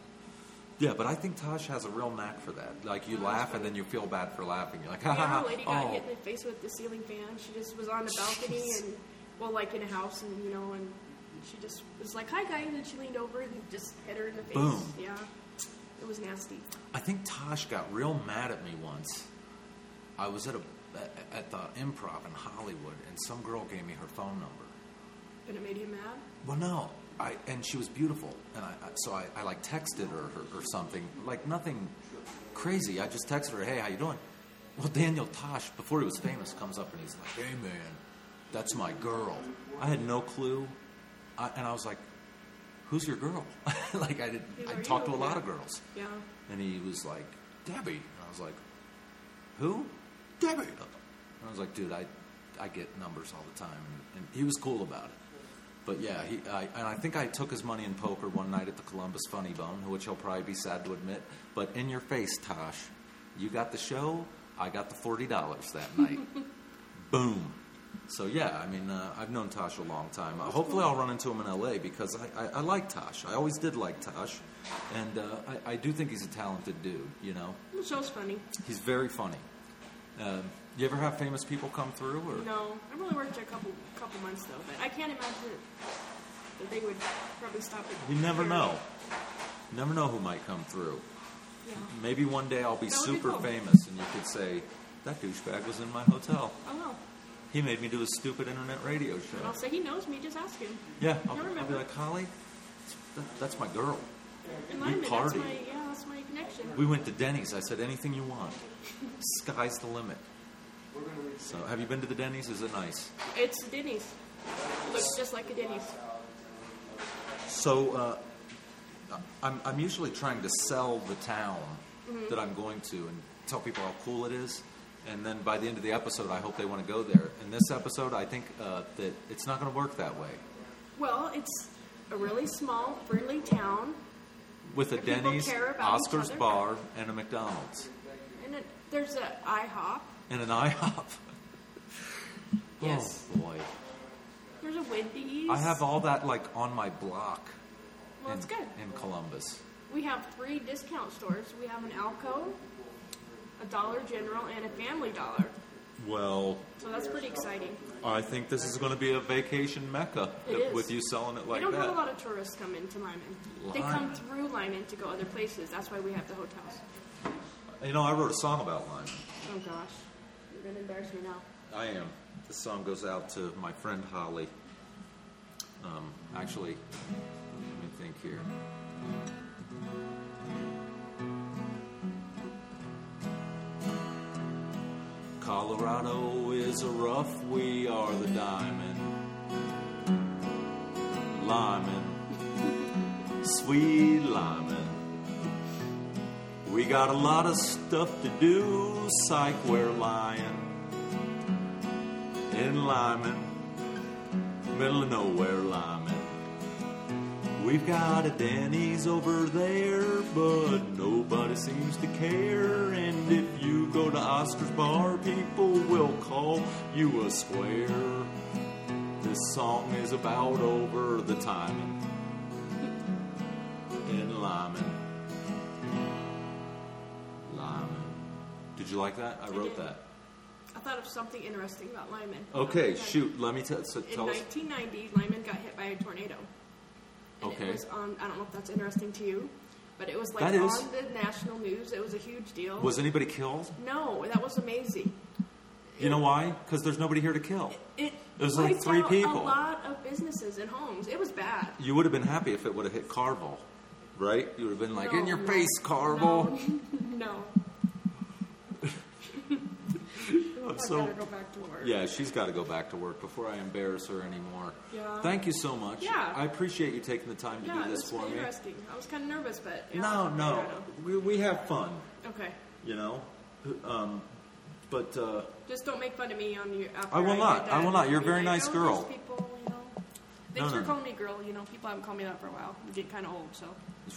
A: Yeah, but I think Tosh has a real knack for that. Like you laugh and then you feel bad for laughing. You're like, ha ha ha.
B: Oh, Yeah, the lady got
A: Oh,
B: hit in the face with the ceiling fan. She just was on the balcony and, well, like in a house, and you know, and she just was like, "Hi, guys," and she leaned over and just hit her in the face.
A: Boom.
B: Yeah, it was nasty.
A: I think Tosh got real mad at me once. I was at a at the improv in Hollywood, and some girl gave me her phone number.
B: And it made him mad.
A: Well, no, I and she was beautiful, and I I- so I, I like texted her or, or something, like nothing crazy. I just texted her, hey, how you doing? Well, Daniel Tosh, before he was famous, comes up and he's like, hey man, that's my girl. I had no clue, I, and I was like, who's your girl? like I did,
B: Who
A: I
B: are
A: talked to
B: you?
A: a lot of girls,
B: Yeah,
A: and he was like, Debbie, and I was like, who? Debbie. And I was like, dude, I, I get numbers all the time. And, and he was cool about it. But yeah, he, I, and I think I took his money in poker one night at the Columbus Funny Bone, which he'll probably be sad to admit. But in your face, Tosh, you got the show. I got the forty dollars that night. Boom. So yeah, I mean, uh, I've known Tosh a long time. Uh, hopefully, I'll run into him in L.A. because I, I, I like Tosh. I always did like Tosh, and uh, I, I do think he's a talented dude. You know,
B: The show's funny.
A: he's very funny. Um, you ever have famous people come through, or
B: No, I've only worked there a couple couple months though, but I can't imagine that they would probably stop it.
A: you never
B: here.
A: know? Never know who might come through.
B: Yeah.
A: Maybe one day I'll be
B: That would be
A: super
B: cool.
A: famous, and you could say that douchebag was in my hotel.
B: Oh well.
A: He made me do a stupid internet radio
B: But I'll
A: show.
B: say he knows me. Just ask him.
A: Yeah,
B: I
A: I'll, I'll be
B: remember.
A: like, Holly, that, that's my girl.
B: And
A: We
B: I'm in. That's
A: partied.
B: my yeah. That's my connection.
A: We went to Denny's. I said, anything you want. Sky's the limit.
C: We're gonna reach
A: So, have you been to the Denny's? Is it nice?
B: It's Denny's. Looks just like a Denny's.
A: So, uh, I'm, I'm usually trying to sell the town
B: Mm-hmm.
A: that I'm going to and tell people how cool it is. And then by the end of the episode, I hope they want to go there. In this episode, I think uh, that it's not going to work that way.
B: Well, it's a really small, friendly town,
A: With a
B: And people
A: Denny's,
B: care about each
A: Oscar's
B: other.
A: Bar, and a McDonald's.
B: and it, there's a IHOP.
A: And an IHOP.
B: Yes.
A: Oh, boy.
B: Oh. There's a Wendy's.
A: I have all that, like, on my block
B: Well,
A: in,
B: it's good.
A: in Columbus.
B: We have three discount stores. We have an Alco, a Dollar General, and a Family Dollar.
A: Well,
B: So that's pretty exciting.
A: I think this is going to be a vacation mecca
B: It is.
A: with you selling it
B: we
A: like
B: don't have a
A: that.
B: lot of tourists come into Lyman. They come
A: Lyman.
B: through Lyman to go other places. That's why we have the hotels.
A: You know, I wrote a song about Lyman.
B: Oh gosh, you're gonna embarrass me now.
A: I am. This song goes out to my friend Holly. Um, actually, let me think here. Colorado is a rough, we are the diamond. Lyman, sweet Lyman. We got a lot of stuff to do, psych, we're lying in Lyman, middle of nowhere Lyman. We've got a Denny's over there, but nobody seems to care. And if you go to Oscar's Bar, people will call you a square. This song is about over the timing in Lyman. Lyman. Did you like that? I wrote
B: did.
A: that.
B: I thought of something interesting about Lyman.
A: Okay, shoot. Let me t- so
B: In
A: tell us.
B: 1990, Lyman got hit by a tornado. And
A: Okay.
B: It was on. I don't know if that's interesting to you, but it was like
A: That is.
B: on the national news. It was a huge deal.
A: Was anybody killed?
B: no, that was amazing.
A: You know why? Because there's nobody here to kill.
B: It
A: was like
B: wiped
A: three
B: out
A: people.
B: A lot of businesses and homes. It was bad.
A: You would have been happy if it would have hit Carvel, right? You would have been like,
B: No,
A: in your
B: no,
A: face, Carvel.
B: No.
A: I'm
B: I
A: so
B: gotta go back to work.
A: yeah, she's got to go back to work before I embarrass her anymore.
B: Yeah.
A: Thank you so much.
B: Yeah.
A: I appreciate you taking the time to
B: Yeah,
A: do
B: this
A: this
B: was
A: for me.
B: interesting. I was kind of nervous, but yeah,
A: No,
B: I
A: no,
B: don't
A: we, we have fun,
B: know. Okay,
A: you know. Um, but uh,
B: just don't make fun of me on your. After
A: I will
B: did
A: not.
B: that.
A: I will not. You're a
B: Be
A: very
B: like,
A: nice
B: "Oh,
A: girl."
B: those People, you know. Thanks
A: no,
B: for
A: no.
B: calling me girl. You know, people haven't called me that for a while. I'm getting kind of old, so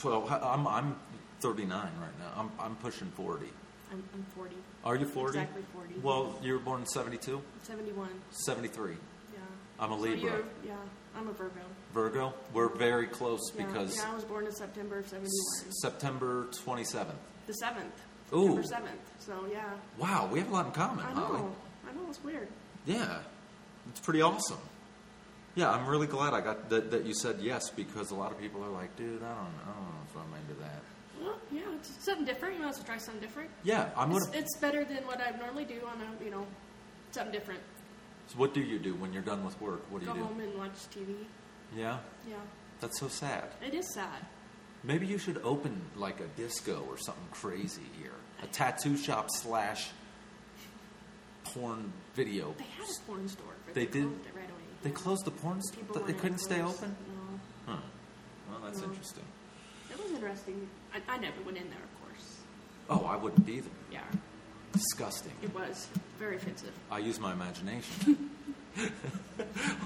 A: well, I'm I'm 39 right now. I'm I'm pushing 40.
B: I'm, I'm 40,
A: Are you 40?
B: Exactly 40.
A: Well, you were born in 72?
B: 71.
A: 73.
B: Yeah.
A: I'm a
B: So
A: Libra.
B: you're- yeah, I'm a Virgo.
A: Virgo? We're very close
B: Yeah.
A: because
B: yeah, I was born in September of 71.
A: s- September 27th.
B: The seventh.
A: Ooh.
B: September seventh. So yeah.
A: Wow, we have a lot in common,
B: I
A: Holly.
B: know. I know it's weird.
A: Yeah. It's pretty awesome. Yeah, I'm really glad I got that, that you said yes because a lot of people are like, dude, I don't, I don't know if I'm into that.
B: Well, yeah, it's something different. You want us to try something different?
A: Yeah, I'm
B: It's,
A: gonna.
B: it's better than what I normally do on a you know something different.
A: so what do you do when you're done with work? What do
B: Go
A: you do?
B: home and watch TV.
A: Yeah,
B: Yeah,
A: that's so sad.
B: it is sad.
A: Maybe you should open like a disco or something crazy here. A tattoo shop slash porn video.
B: They had a porn store. But
A: They did?
B: closed it right away.
A: They closed the porn store.
B: People
A: They
B: wanted
A: couldn't
B: to
A: stay
B: close.
A: open?
B: No,
A: Huh. Well, that's
B: No.
A: interesting.
B: it was interesting. I, I never went in there, of course.
A: Oh, I wouldn't either.
B: Yeah,
A: Disgusting.
B: It was very offensive.
A: I use my imagination.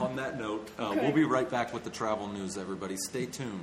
A: On that note, uh, we'll
B: Okay.
A: be right back with the travel news, everybody. Stay tuned.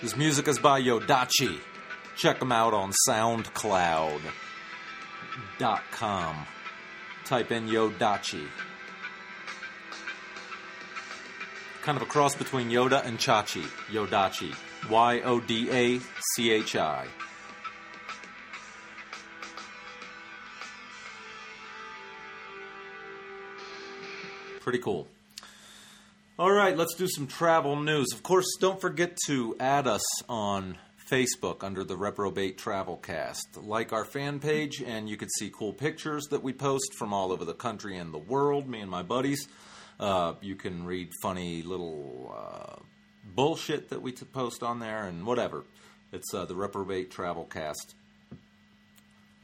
A: This music is by Yodachi. Check them out on SoundCloud.com. Type in Yodachi. Kind of a cross between Yoda and Chachi. Yodachi. Y O D A C H I. Pretty cool. All right, let's do some travel news. Of course, don't forget to add us on Facebook under the Reprobate Travelcast. Like our fan page, and you can see cool pictures that we post from all over the country and the world, me and my buddies. Uh, you can read funny little uh, bullshit that we t- post on there and whatever. It's uh, the Reprobate Travelcast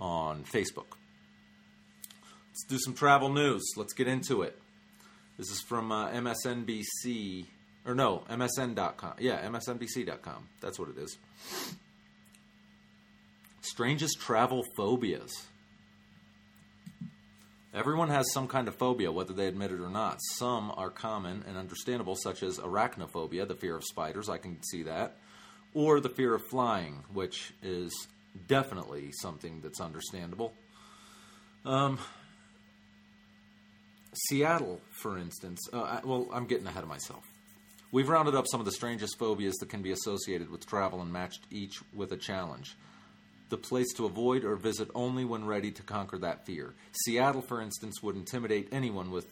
A: on Facebook. Let's do some travel news. Let's get into it. This is from uh, MSNBC, or no, MSN.com. Yeah, MSNBC.com. That's what it is. Strangest travel phobias. Everyone has some kind of phobia, whether they admit it or not. Some are common and understandable, such as arachnophobia, the fear of spiders, I can see that, or the fear of flying, which is definitely something that's understandable. Seattle, for instance, uh, I- well, I'm getting ahead of myself. We've rounded up some of the strangest phobias that can be associated with travel and matched each with a challenge. The place to avoid or visit only when ready to conquer that fear. Seattle, for instance, would intimidate anyone with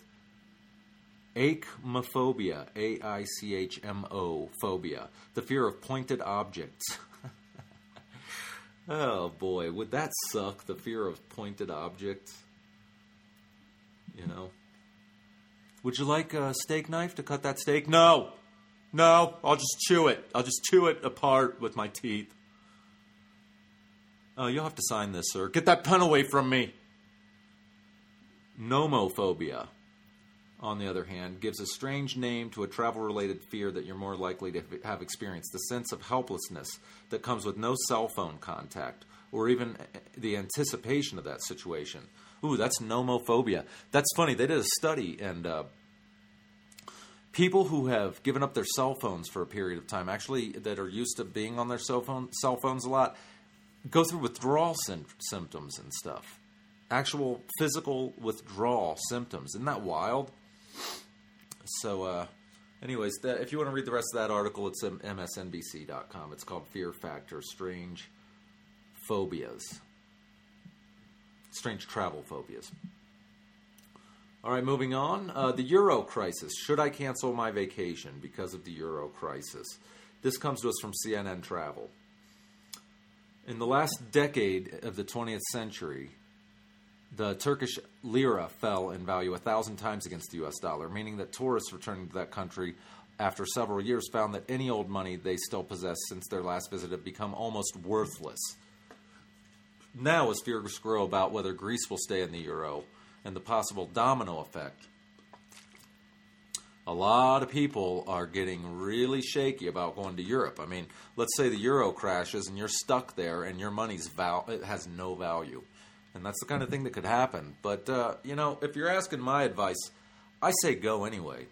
A: Achmophobia, A I C H M O phobia, the fear of pointed objects. oh boy, would that suck, the fear of pointed objects? You know? Would you like a steak knife to cut that steak? No! No, I'll just chew it. I'll just chew it apart with my teeth. Oh, you'll have to sign this, sir. Get that pen away from me! Nomophobia on the other hand, gives a strange name to a travel related fear that you're more likely to have experienced the sense of helplessness that comes with no cell phone contact or even eh, the anticipation of that situation. Ooh, that's nomophobia. That's funny. They did a study, and uh, people who have given up their cell phones for a period of time, actually, that are used to being on their cell, phone, cell phones a lot, go through withdrawal sym- symptoms and stuff. Actual physical withdrawal symptoms. Isn't that wild? So, uh, anyways, that, if you want to read the rest of that article, it's um, at msnbc.com. It's called Fear Factor Strange Phobias. Strange Travel Phobias. All right, moving on. Uh, the Euro crisis. Should I cancel my vacation because of the Euro crisis? This comes to us from CNN Travel. In the last decade of the 20th century, the Turkish lira fell in value a thousand times against the U.S. dollar, meaning that tourists returning to that country after several years found that any old money they still possess since their last visit had become almost worthless. Now, as fears grow about whether Greece will stay in the euro and the possible domino effect, a lot of people are getting really shaky about going to Europe. I mean, let's say the euro crashes and you're stuck there and your money's val- it has no value. And that's the kind of thing that could happen. But, uh, you know, if you're asking my advice, I say go anyway.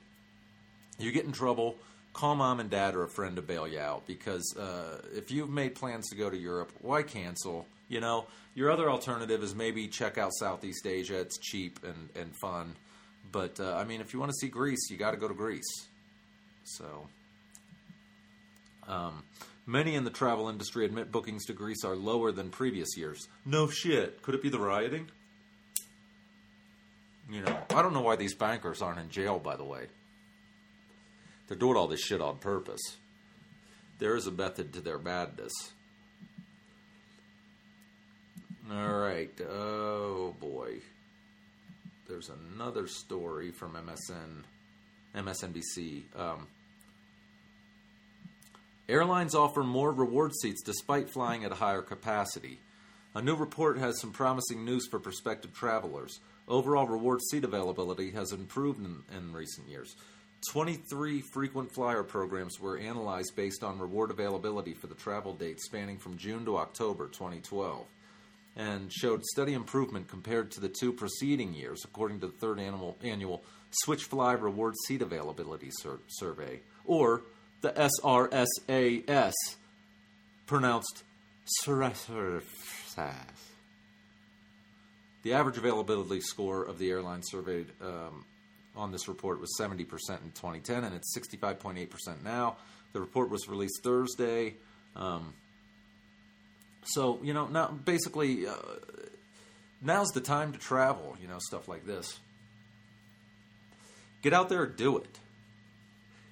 A: You get in trouble, call mom and dad or a friend to bail you out because uh, if you've made plans to go to Europe, why cancel? You know, your other alternative is maybe check out Southeast Asia. It's cheap and, and fun. But, uh, I mean, if you want to see Greece, you got to go to Greece. So, Many in the travel industry admit bookings to Greece are lower than previous years. No shit. Could it be the rioting? You know, I don't know why these bankers aren't in jail, by the way. They're doing all this shit on purpose. There is a method to their madness. All right. Oh, boy. There's another story from MSN, MSNBC. Um, Airlines offer more reward seats despite flying at a higher capacity. A new report has some promising news for prospective travelers. Overall reward seat availability has improved in, in recent years. 23 frequent flyer programs were analyzed based on reward availability for the travel date spanning from June to October 2012 and showed steady improvement compared to the two preceding years, according to the third annual, annual Switch Fly Reward Seat Availability Sur- Survey, or the SRSAS, pronounced SRSAS. The average availability score of the airline surveyed um, on this report was 70% in 2010, and it's 65.8% now. The report was released Thursday. Um, So you know now, basically, uh, now's the time to travel. You know stuff like this. Get out there and do it.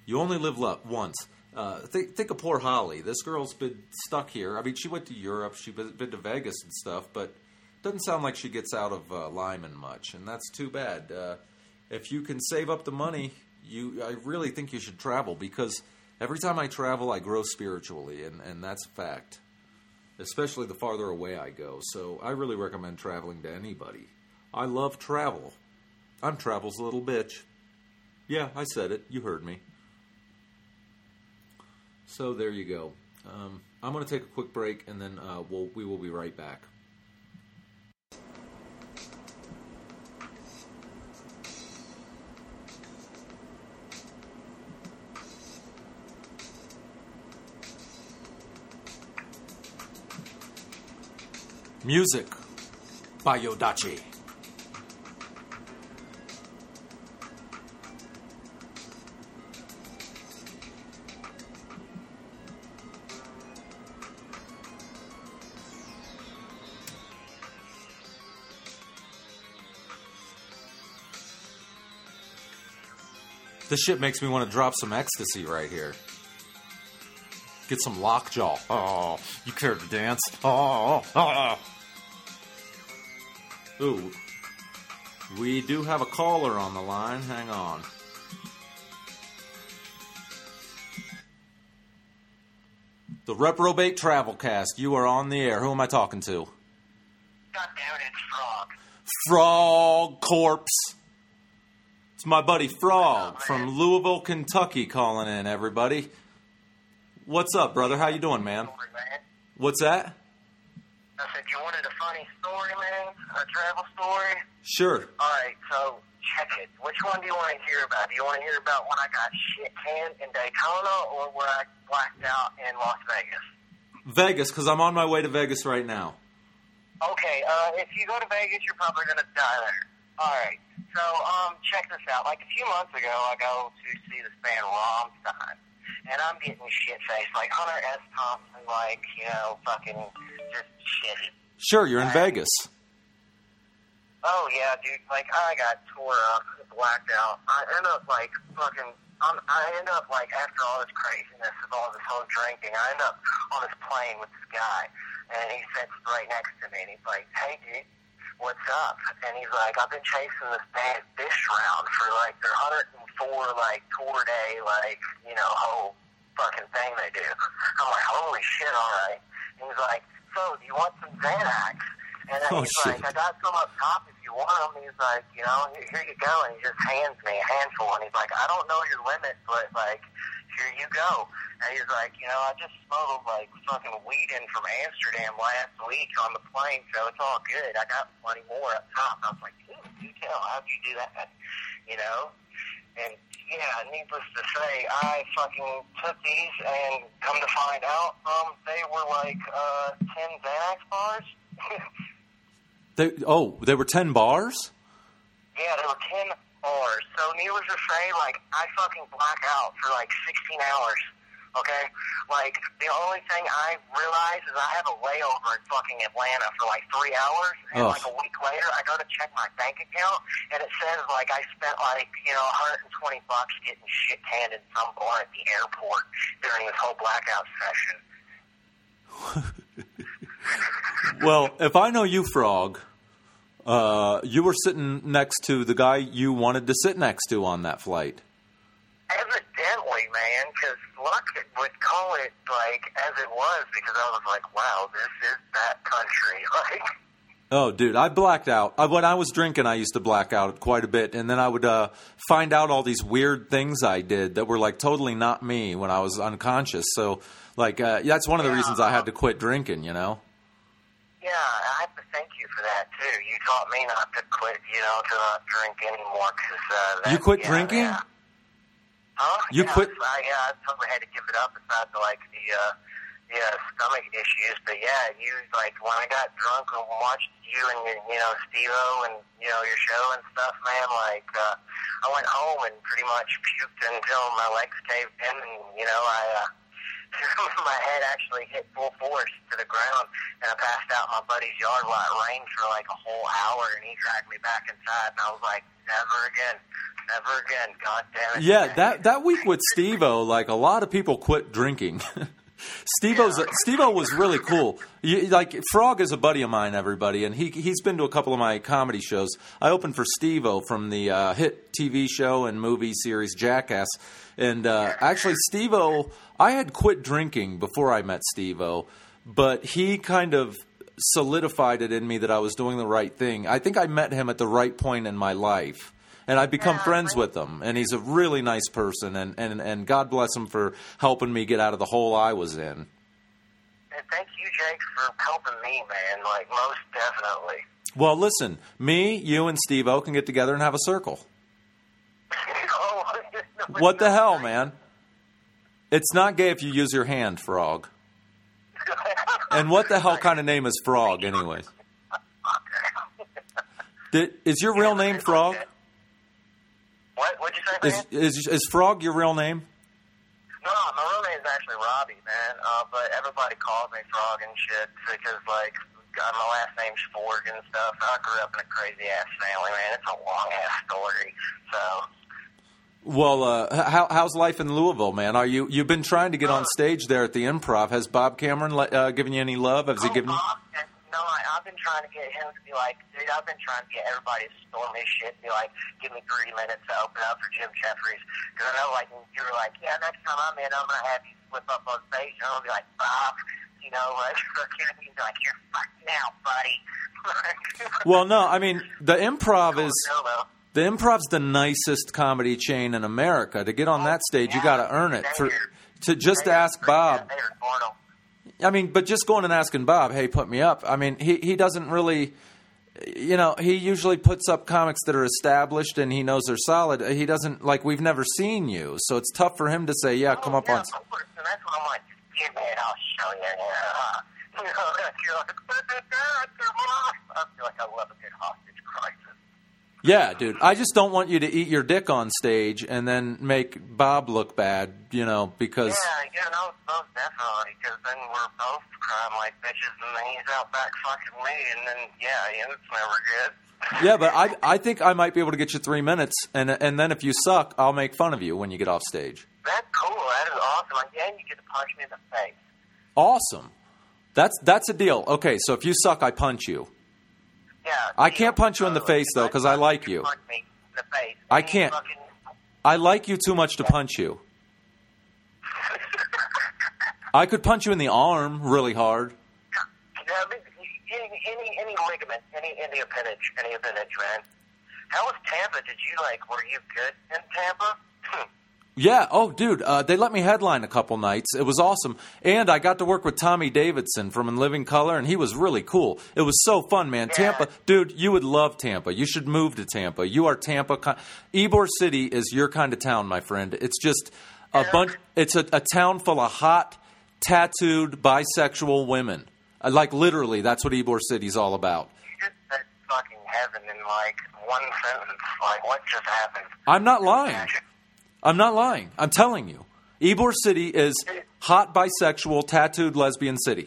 A: You only live lo- once. Uh, think, think of poor Holly. This girl's been stuck here. I mean, she went to Europe. She's been, been to Vegas and stuff, but doesn't sound like she gets out of uh, Lyman much, and that's too bad. Uh, if you can save up the money, you I really think you should travel because every time I travel, I grow spiritually, and, and that's a fact especially the farther away I go. So I really recommend traveling to anybody. I love travel. I'm travel's little bitch. Yeah, I said it. You heard me. So there you go. Um, I'm going to take a quick break, and then uh, we'll, we will be right back. Music by Yodachi. This shit makes me want to drop some ecstasy right here. Get some lockjaw. Oh, you care to dance? Oh, oh, oh. Ooh. We do have a caller on the line. Hang on. The Reprobate Travelcast. You are on the air. Who am I talking to?
E: God damn it, it's Frog.
A: Frog Corpse. It's my buddy Frog from Louisville, Kentucky calling in, everybody. What's up, brother? How you doing, man?
E: Story, man.
A: What's that?
E: I said, you wanted a funny story, man? A travel story?
A: Sure.
E: Alright, so check it. Which one do you want to hear about? Do you want to hear about when I got shit canned in Daytona or where I blacked out in Las Vegas?
A: Vegas, because I'm on my way to Vegas right now.
E: Okay, uh, if you go to Vegas, you're probably gonna die there. All right, so um, check this out. Like a few months ago, I go to see this band Rammstein, and I'm getting shit faced, like Hunter S. Thompson, like you know, fucking just shitty.
A: Sure, you're in Vegas.
E: Oh yeah, dude. Like I got tore up, blacked out. I end up like fucking. I'm, I end up like after all this craziness of all this whole drinking, I end up on this plane with this guy, and he sits right next to me, and he's like, "Hey, dude, what's up?" And he's like, "I've been chasing this band this round for like their 104 like tour day, like you know whole fucking thing they do." I'm like, "Holy shit! All right." And he's like, "So, do you want some Xanax?" And then
A: Oh,
E: he's
A: shit.
E: like, "I got." I got some up top if you want them. He's like, you know, here, here you go. And he just hands me a handful. And he's like, I don't know your limit, but like, here you go. And he's like, you know, I just smuggled like fucking weed in from Amsterdam last week on the plane, so it's all good. I got plenty more up top. And I was like, ooh, you tell. How'd you do that? You know? And yeah, needless to say, I fucking took these, and come to find out, um, they were like uh, ten Xanax bars.
A: They, oh, they were 10 bars?
E: Yeah, there were 10 R's. So needless to say, like, I fucking black out for like 16 hours. Okay? Like, the only thing I realize is I have a layover in fucking Atlanta for like three hours, and
A: Ugh.
E: like a week later, I go to check my bank account, and it says like I spent like you know 120 bucks getting shit canned in some bar at the airport during this whole blackout session.
A: Well, if I know you, Frog, uh, you were sitting next to the guy you wanted to sit next to on that flight.
E: Evidently, man, because luck would call it like as it was because I was like, wow, this is that country. Like,
A: Oh, dude, I blacked out. I, when I was drinking, I used to black out quite a bit, and then I would uh, find out all these weird things I did that were like totally not me when I was unconscious. So, like, uh, that's one of the
E: Yeah.
A: reasons I had to quit drinking. You know?
E: yeah, I have to thank you for that too. You taught me not to quit, you know, to not drink anymore. Cause uh, that,
A: You quit
E: yeah,
A: drinking?
E: Yeah. Huh?
A: You
E: Oh, yeah,
A: quit-
E: I, yeah, I probably had to give it up. It's not like the uh, yeah stomach issues, but yeah, you like when I got drunk and watched you and your, you know Steve-O and you know your show and stuff, man. Like uh, I went home and pretty much puked until my legs caved in, and you know I. Uh, my head actually hit full force to the ground, and I passed out in my buddy's yard while it rained for like a whole hour, and he dragged me back inside, and I was like, never again, never again, god damn it.
A: Yeah, that that week with Steve-O, like a lot of people quit drinking. Steve-O's, Steve-O was really cool. You, like Frog is a buddy of mine, everybody, and he he's been to a couple of my comedy shows. I opened for Steve-O from the uh, hit TV show and movie series Jackass, and uh, actually Steve-O, I had quit drinking before I met Steve-O, but he kind of solidified it in me that I was doing the right thing. I think I met him at the right point in my life and I've become friends with him. And he's a really nice person, and, and, and God bless him for helping me get out of the hole I was in.
E: And thank you, Jake, for helping me, man. Like, most definitely.
A: Well, listen, me, you, and Steve O can get together and have a circle.
E: oh,
A: What the hell, man? It's not gay if you use your hand, Frog. And what the hell kind of name is Frog, anyways? Did, is your real name Frog?
E: What? What'd you say,
A: Is,
E: man?
A: is is Frog your real name?
E: No, my real name's actually Robbie, man. Uh, but everybody calls me Frog and shit because, like, God, my last name's Forg and stuff. I grew up in a crazy ass family, man. It's a long ass story. So,
A: Well, uh, h- how, how's life in Louisville, man? Are you you've been trying to get on stage there at the Improv? Has Bob Cameron le- uh, given you any love? Has he
E: Oh,
A: given? You-
E: Bob, and- no, I, I've been trying to get him to be like, dude, I've been trying to get everybody to storm his shit and be like, give me three minutes to open up for Jim Jeffries. Because I know, like, you were like, yeah, next time I'm in, I'm going to have you flip up on stage. And I'm going to be like, Bob, you know, like, fucking, he's like, you're fucked now, buddy.
A: well, no, I mean the Improv is
E: No, though.
A: the Improv's the nicest comedy chain in America. To get on that stage, you got to earn it. For to just
E: They are-
A: ask Bob,
E: They are mortal.
A: I mean, but just going and asking Bob, hey, put me up. I mean, he he doesn't really, you know, he usually puts up comics that are established and he knows they're solid. He doesn't like we've never seen you, so it's tough for him to say, yeah, come
E: Oh,
A: up
E: yeah,
A: on. s-
E: Of course. And that's what I'm like, give me it, I'll show you. Yeah. You know, you're like, come on. I feel like I love a good hostage crisis.
A: Yeah, dude. I just don't want you to eat your dick on stage and then make Bob look bad, you know, because
E: Yeah, yeah, no, both definitely, because then we're both crying like bitches, and then he's out back fucking me, and then, yeah, yeah, it's never good.
A: yeah. But I I think I might be able to get you three minutes, and and then if you suck, I'll make fun of you when you get off stage.
E: That's cool, that is awesome. Like, yeah, you get to punch me in the face.
A: Awesome. That's that's a deal. Okay, so if you suck, I punch you.
E: Yeah.
A: I
E: yeah,
A: can't punch you in the
E: totally.
A: face, though, 'cause I like you.
E: Punch me in the face.
A: I
E: and you
A: can't.
E: fucking-
A: I like you too much to punch you. I could punch you in the arm really hard.
E: Yeah, I mean, any, any any ligament, any any appendage, any appendage, man. How was Tampa? Did you like? Were you good in Tampa? Hmm.
A: Yeah. Oh, dude, uh, they let me headline a couple nights. It was awesome, and I got to work with Tommy Davidson from In Living Color, and he was really cool. It was so fun, man.
E: Yeah.
A: Tampa, dude, you would love Tampa. You should move to Tampa. You are Tampa. Con- Ybor City is your kind of town, my friend. It's just a bunch. It's a, a town full of hot, tattooed, bisexual women. Uh, Like literally, that's what Ybor City's all about.
E: You just said fucking heaven in like one sentence. Like what just happened?
A: I'm not lying. I'm not lying. I'm telling you. Ybor City is hot bisexual tattooed lesbian city.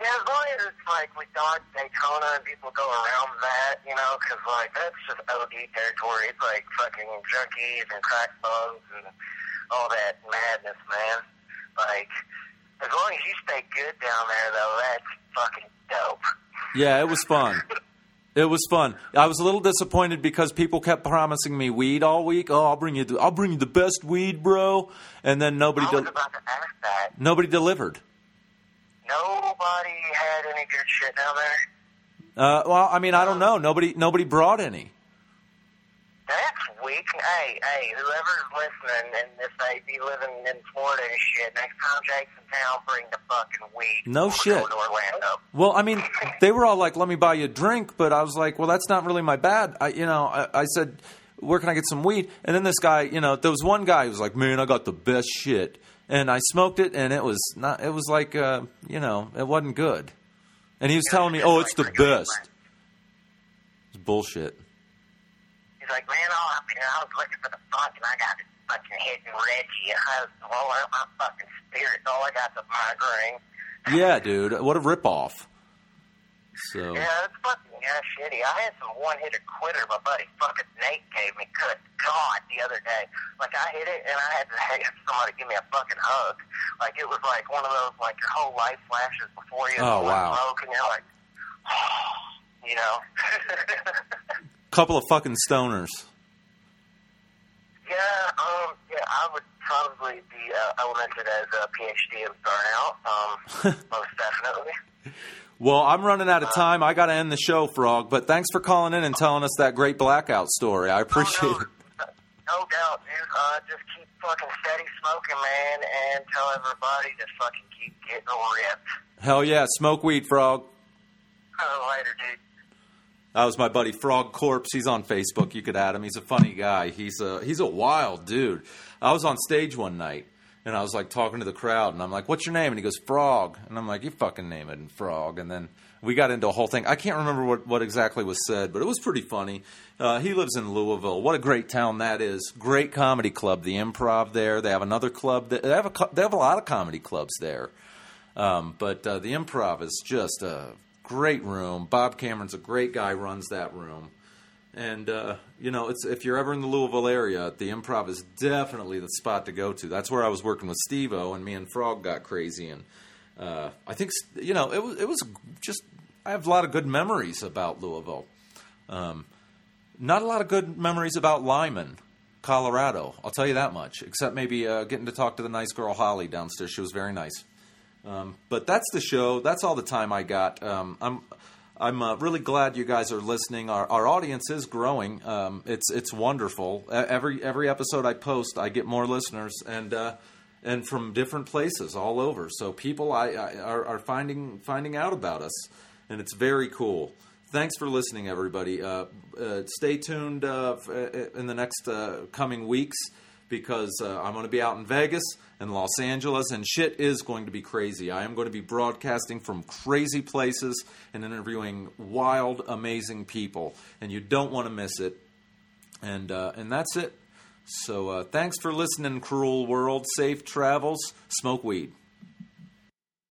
E: Yeah, as long as it's like we dodge Daytona and people go around that, you know, because like that's just OD territory. It's like fucking junkies and crack bugs and all that madness, man. Like, as long as you stay good down there, though, that's fucking dope.
A: Yeah, it was fun. It was fun. I was a little disappointed because people kept promising me weed all week. Oh, I'll bring you the, I'll bring you the best weed, bro. And then nobody
E: I was
A: del-
E: about to ask that.
A: nobody delivered.
E: Nobody had any good shit down there.
A: Uh, well, I mean, I don't know. Nobody nobody brought any.
E: That's weak. Hey, hey, whoever's listening and if they be living in Florida and shit, next time Jackson's town, bring the fucking weed.
A: No
E: We're
A: shit.
E: Going to Orlando.
A: Well, I mean, they were all like, "Let me buy you a drink," but I was like, "Well, that's not really my bad." I, you know, I, I said, "Where can I get some weed?" And then this guy, you know, there was one guy who was like, "Man, I got the best shit," and I smoked it, and it was not. It was like, uh, you know, it wasn't good. And he was telling me, "Oh, it's the best." It's bullshit.
E: He's like, man, all I, you know, I was looking for the fuck and I got this fucking hitting Reggie. I was blowing up my fucking spirit. All I got's a migraine.
A: Yeah, dude, what a ripoff. So
E: Yeah, it's fucking yeah, shitty. I had some one hitter quitter my buddy fucking Nate gave me, good God, the other day. Like I hit it and I had to have somebody give me a fucking hug. Like it was like one of those like your whole life flashes before you
A: Oh,
E: It's like
A: wow.
E: smoke and you're like you know.
A: couple of fucking stoners.
E: yeah, um yeah, I would probably be uh, elemented as a PhD in burnout, um most definitely.
A: Well, I'm running out of time. I got to end the show, Frog. But thanks for calling in and telling us that great blackout story. I appreciate
E: Oh, no.
A: it.
E: No doubt, dude. Uh, just keep fucking steady smoking, man, and tell everybody to fucking keep getting ripped.
A: Hell yeah, smoke weed, Frog.
E: Later, dude.
A: That was my buddy Frog Corpse. He's on Facebook. You could add him. He's a funny guy. He's a he's a wild dude. I was on stage one night and I was like talking to the crowd and I'm like, "What's your name?" And he goes, "Frog." And I'm like, "You fucking name it." And Frog. And then we got into a whole thing. I can't remember what what exactly was said, but it was pretty funny. Uh, he lives in Louisville. What a great town that is. Great comedy club, the Improv there. They have another club. That, they have a co- they have a lot of comedy clubs there. Um, but uh, the improv is just a great room. Bob Cameron's a great guy, runs that room. And uh, you know, it's if you're ever in the Louisville area, the improv is definitely the spot to go to. That's where I was working with Steve-O, and me and Frog got crazy. And uh, I think s- you know, it was it was just I have a lot of good memories about Louisville. Um, not a lot of good memories about Lyman, Colorado. I'll tell you that much. Except maybe uh, getting to talk to the nice girl Holly downstairs. She was very nice but that's the show. That's all the time I got. Um, I'm I'm uh, really glad you guys are listening. Our our audience is growing. Um, it's it's wonderful. E- Every every episode I post, I get more listeners and uh, and from different places all over. So people I, I are, are finding finding out about us, and it's very cool. Thanks for listening, everybody. Uh, uh, stay tuned uh, f- uh, in the next uh, coming weeks because uh, I'm going to be out in Vegas and Los Angeles, and shit is going to be crazy. I am going to be broadcasting from crazy places and interviewing wild, amazing people, and you don't want to miss it. And uh, and that's it. So uh, thanks for listening, cruel world. Safe travels. Smoke weed.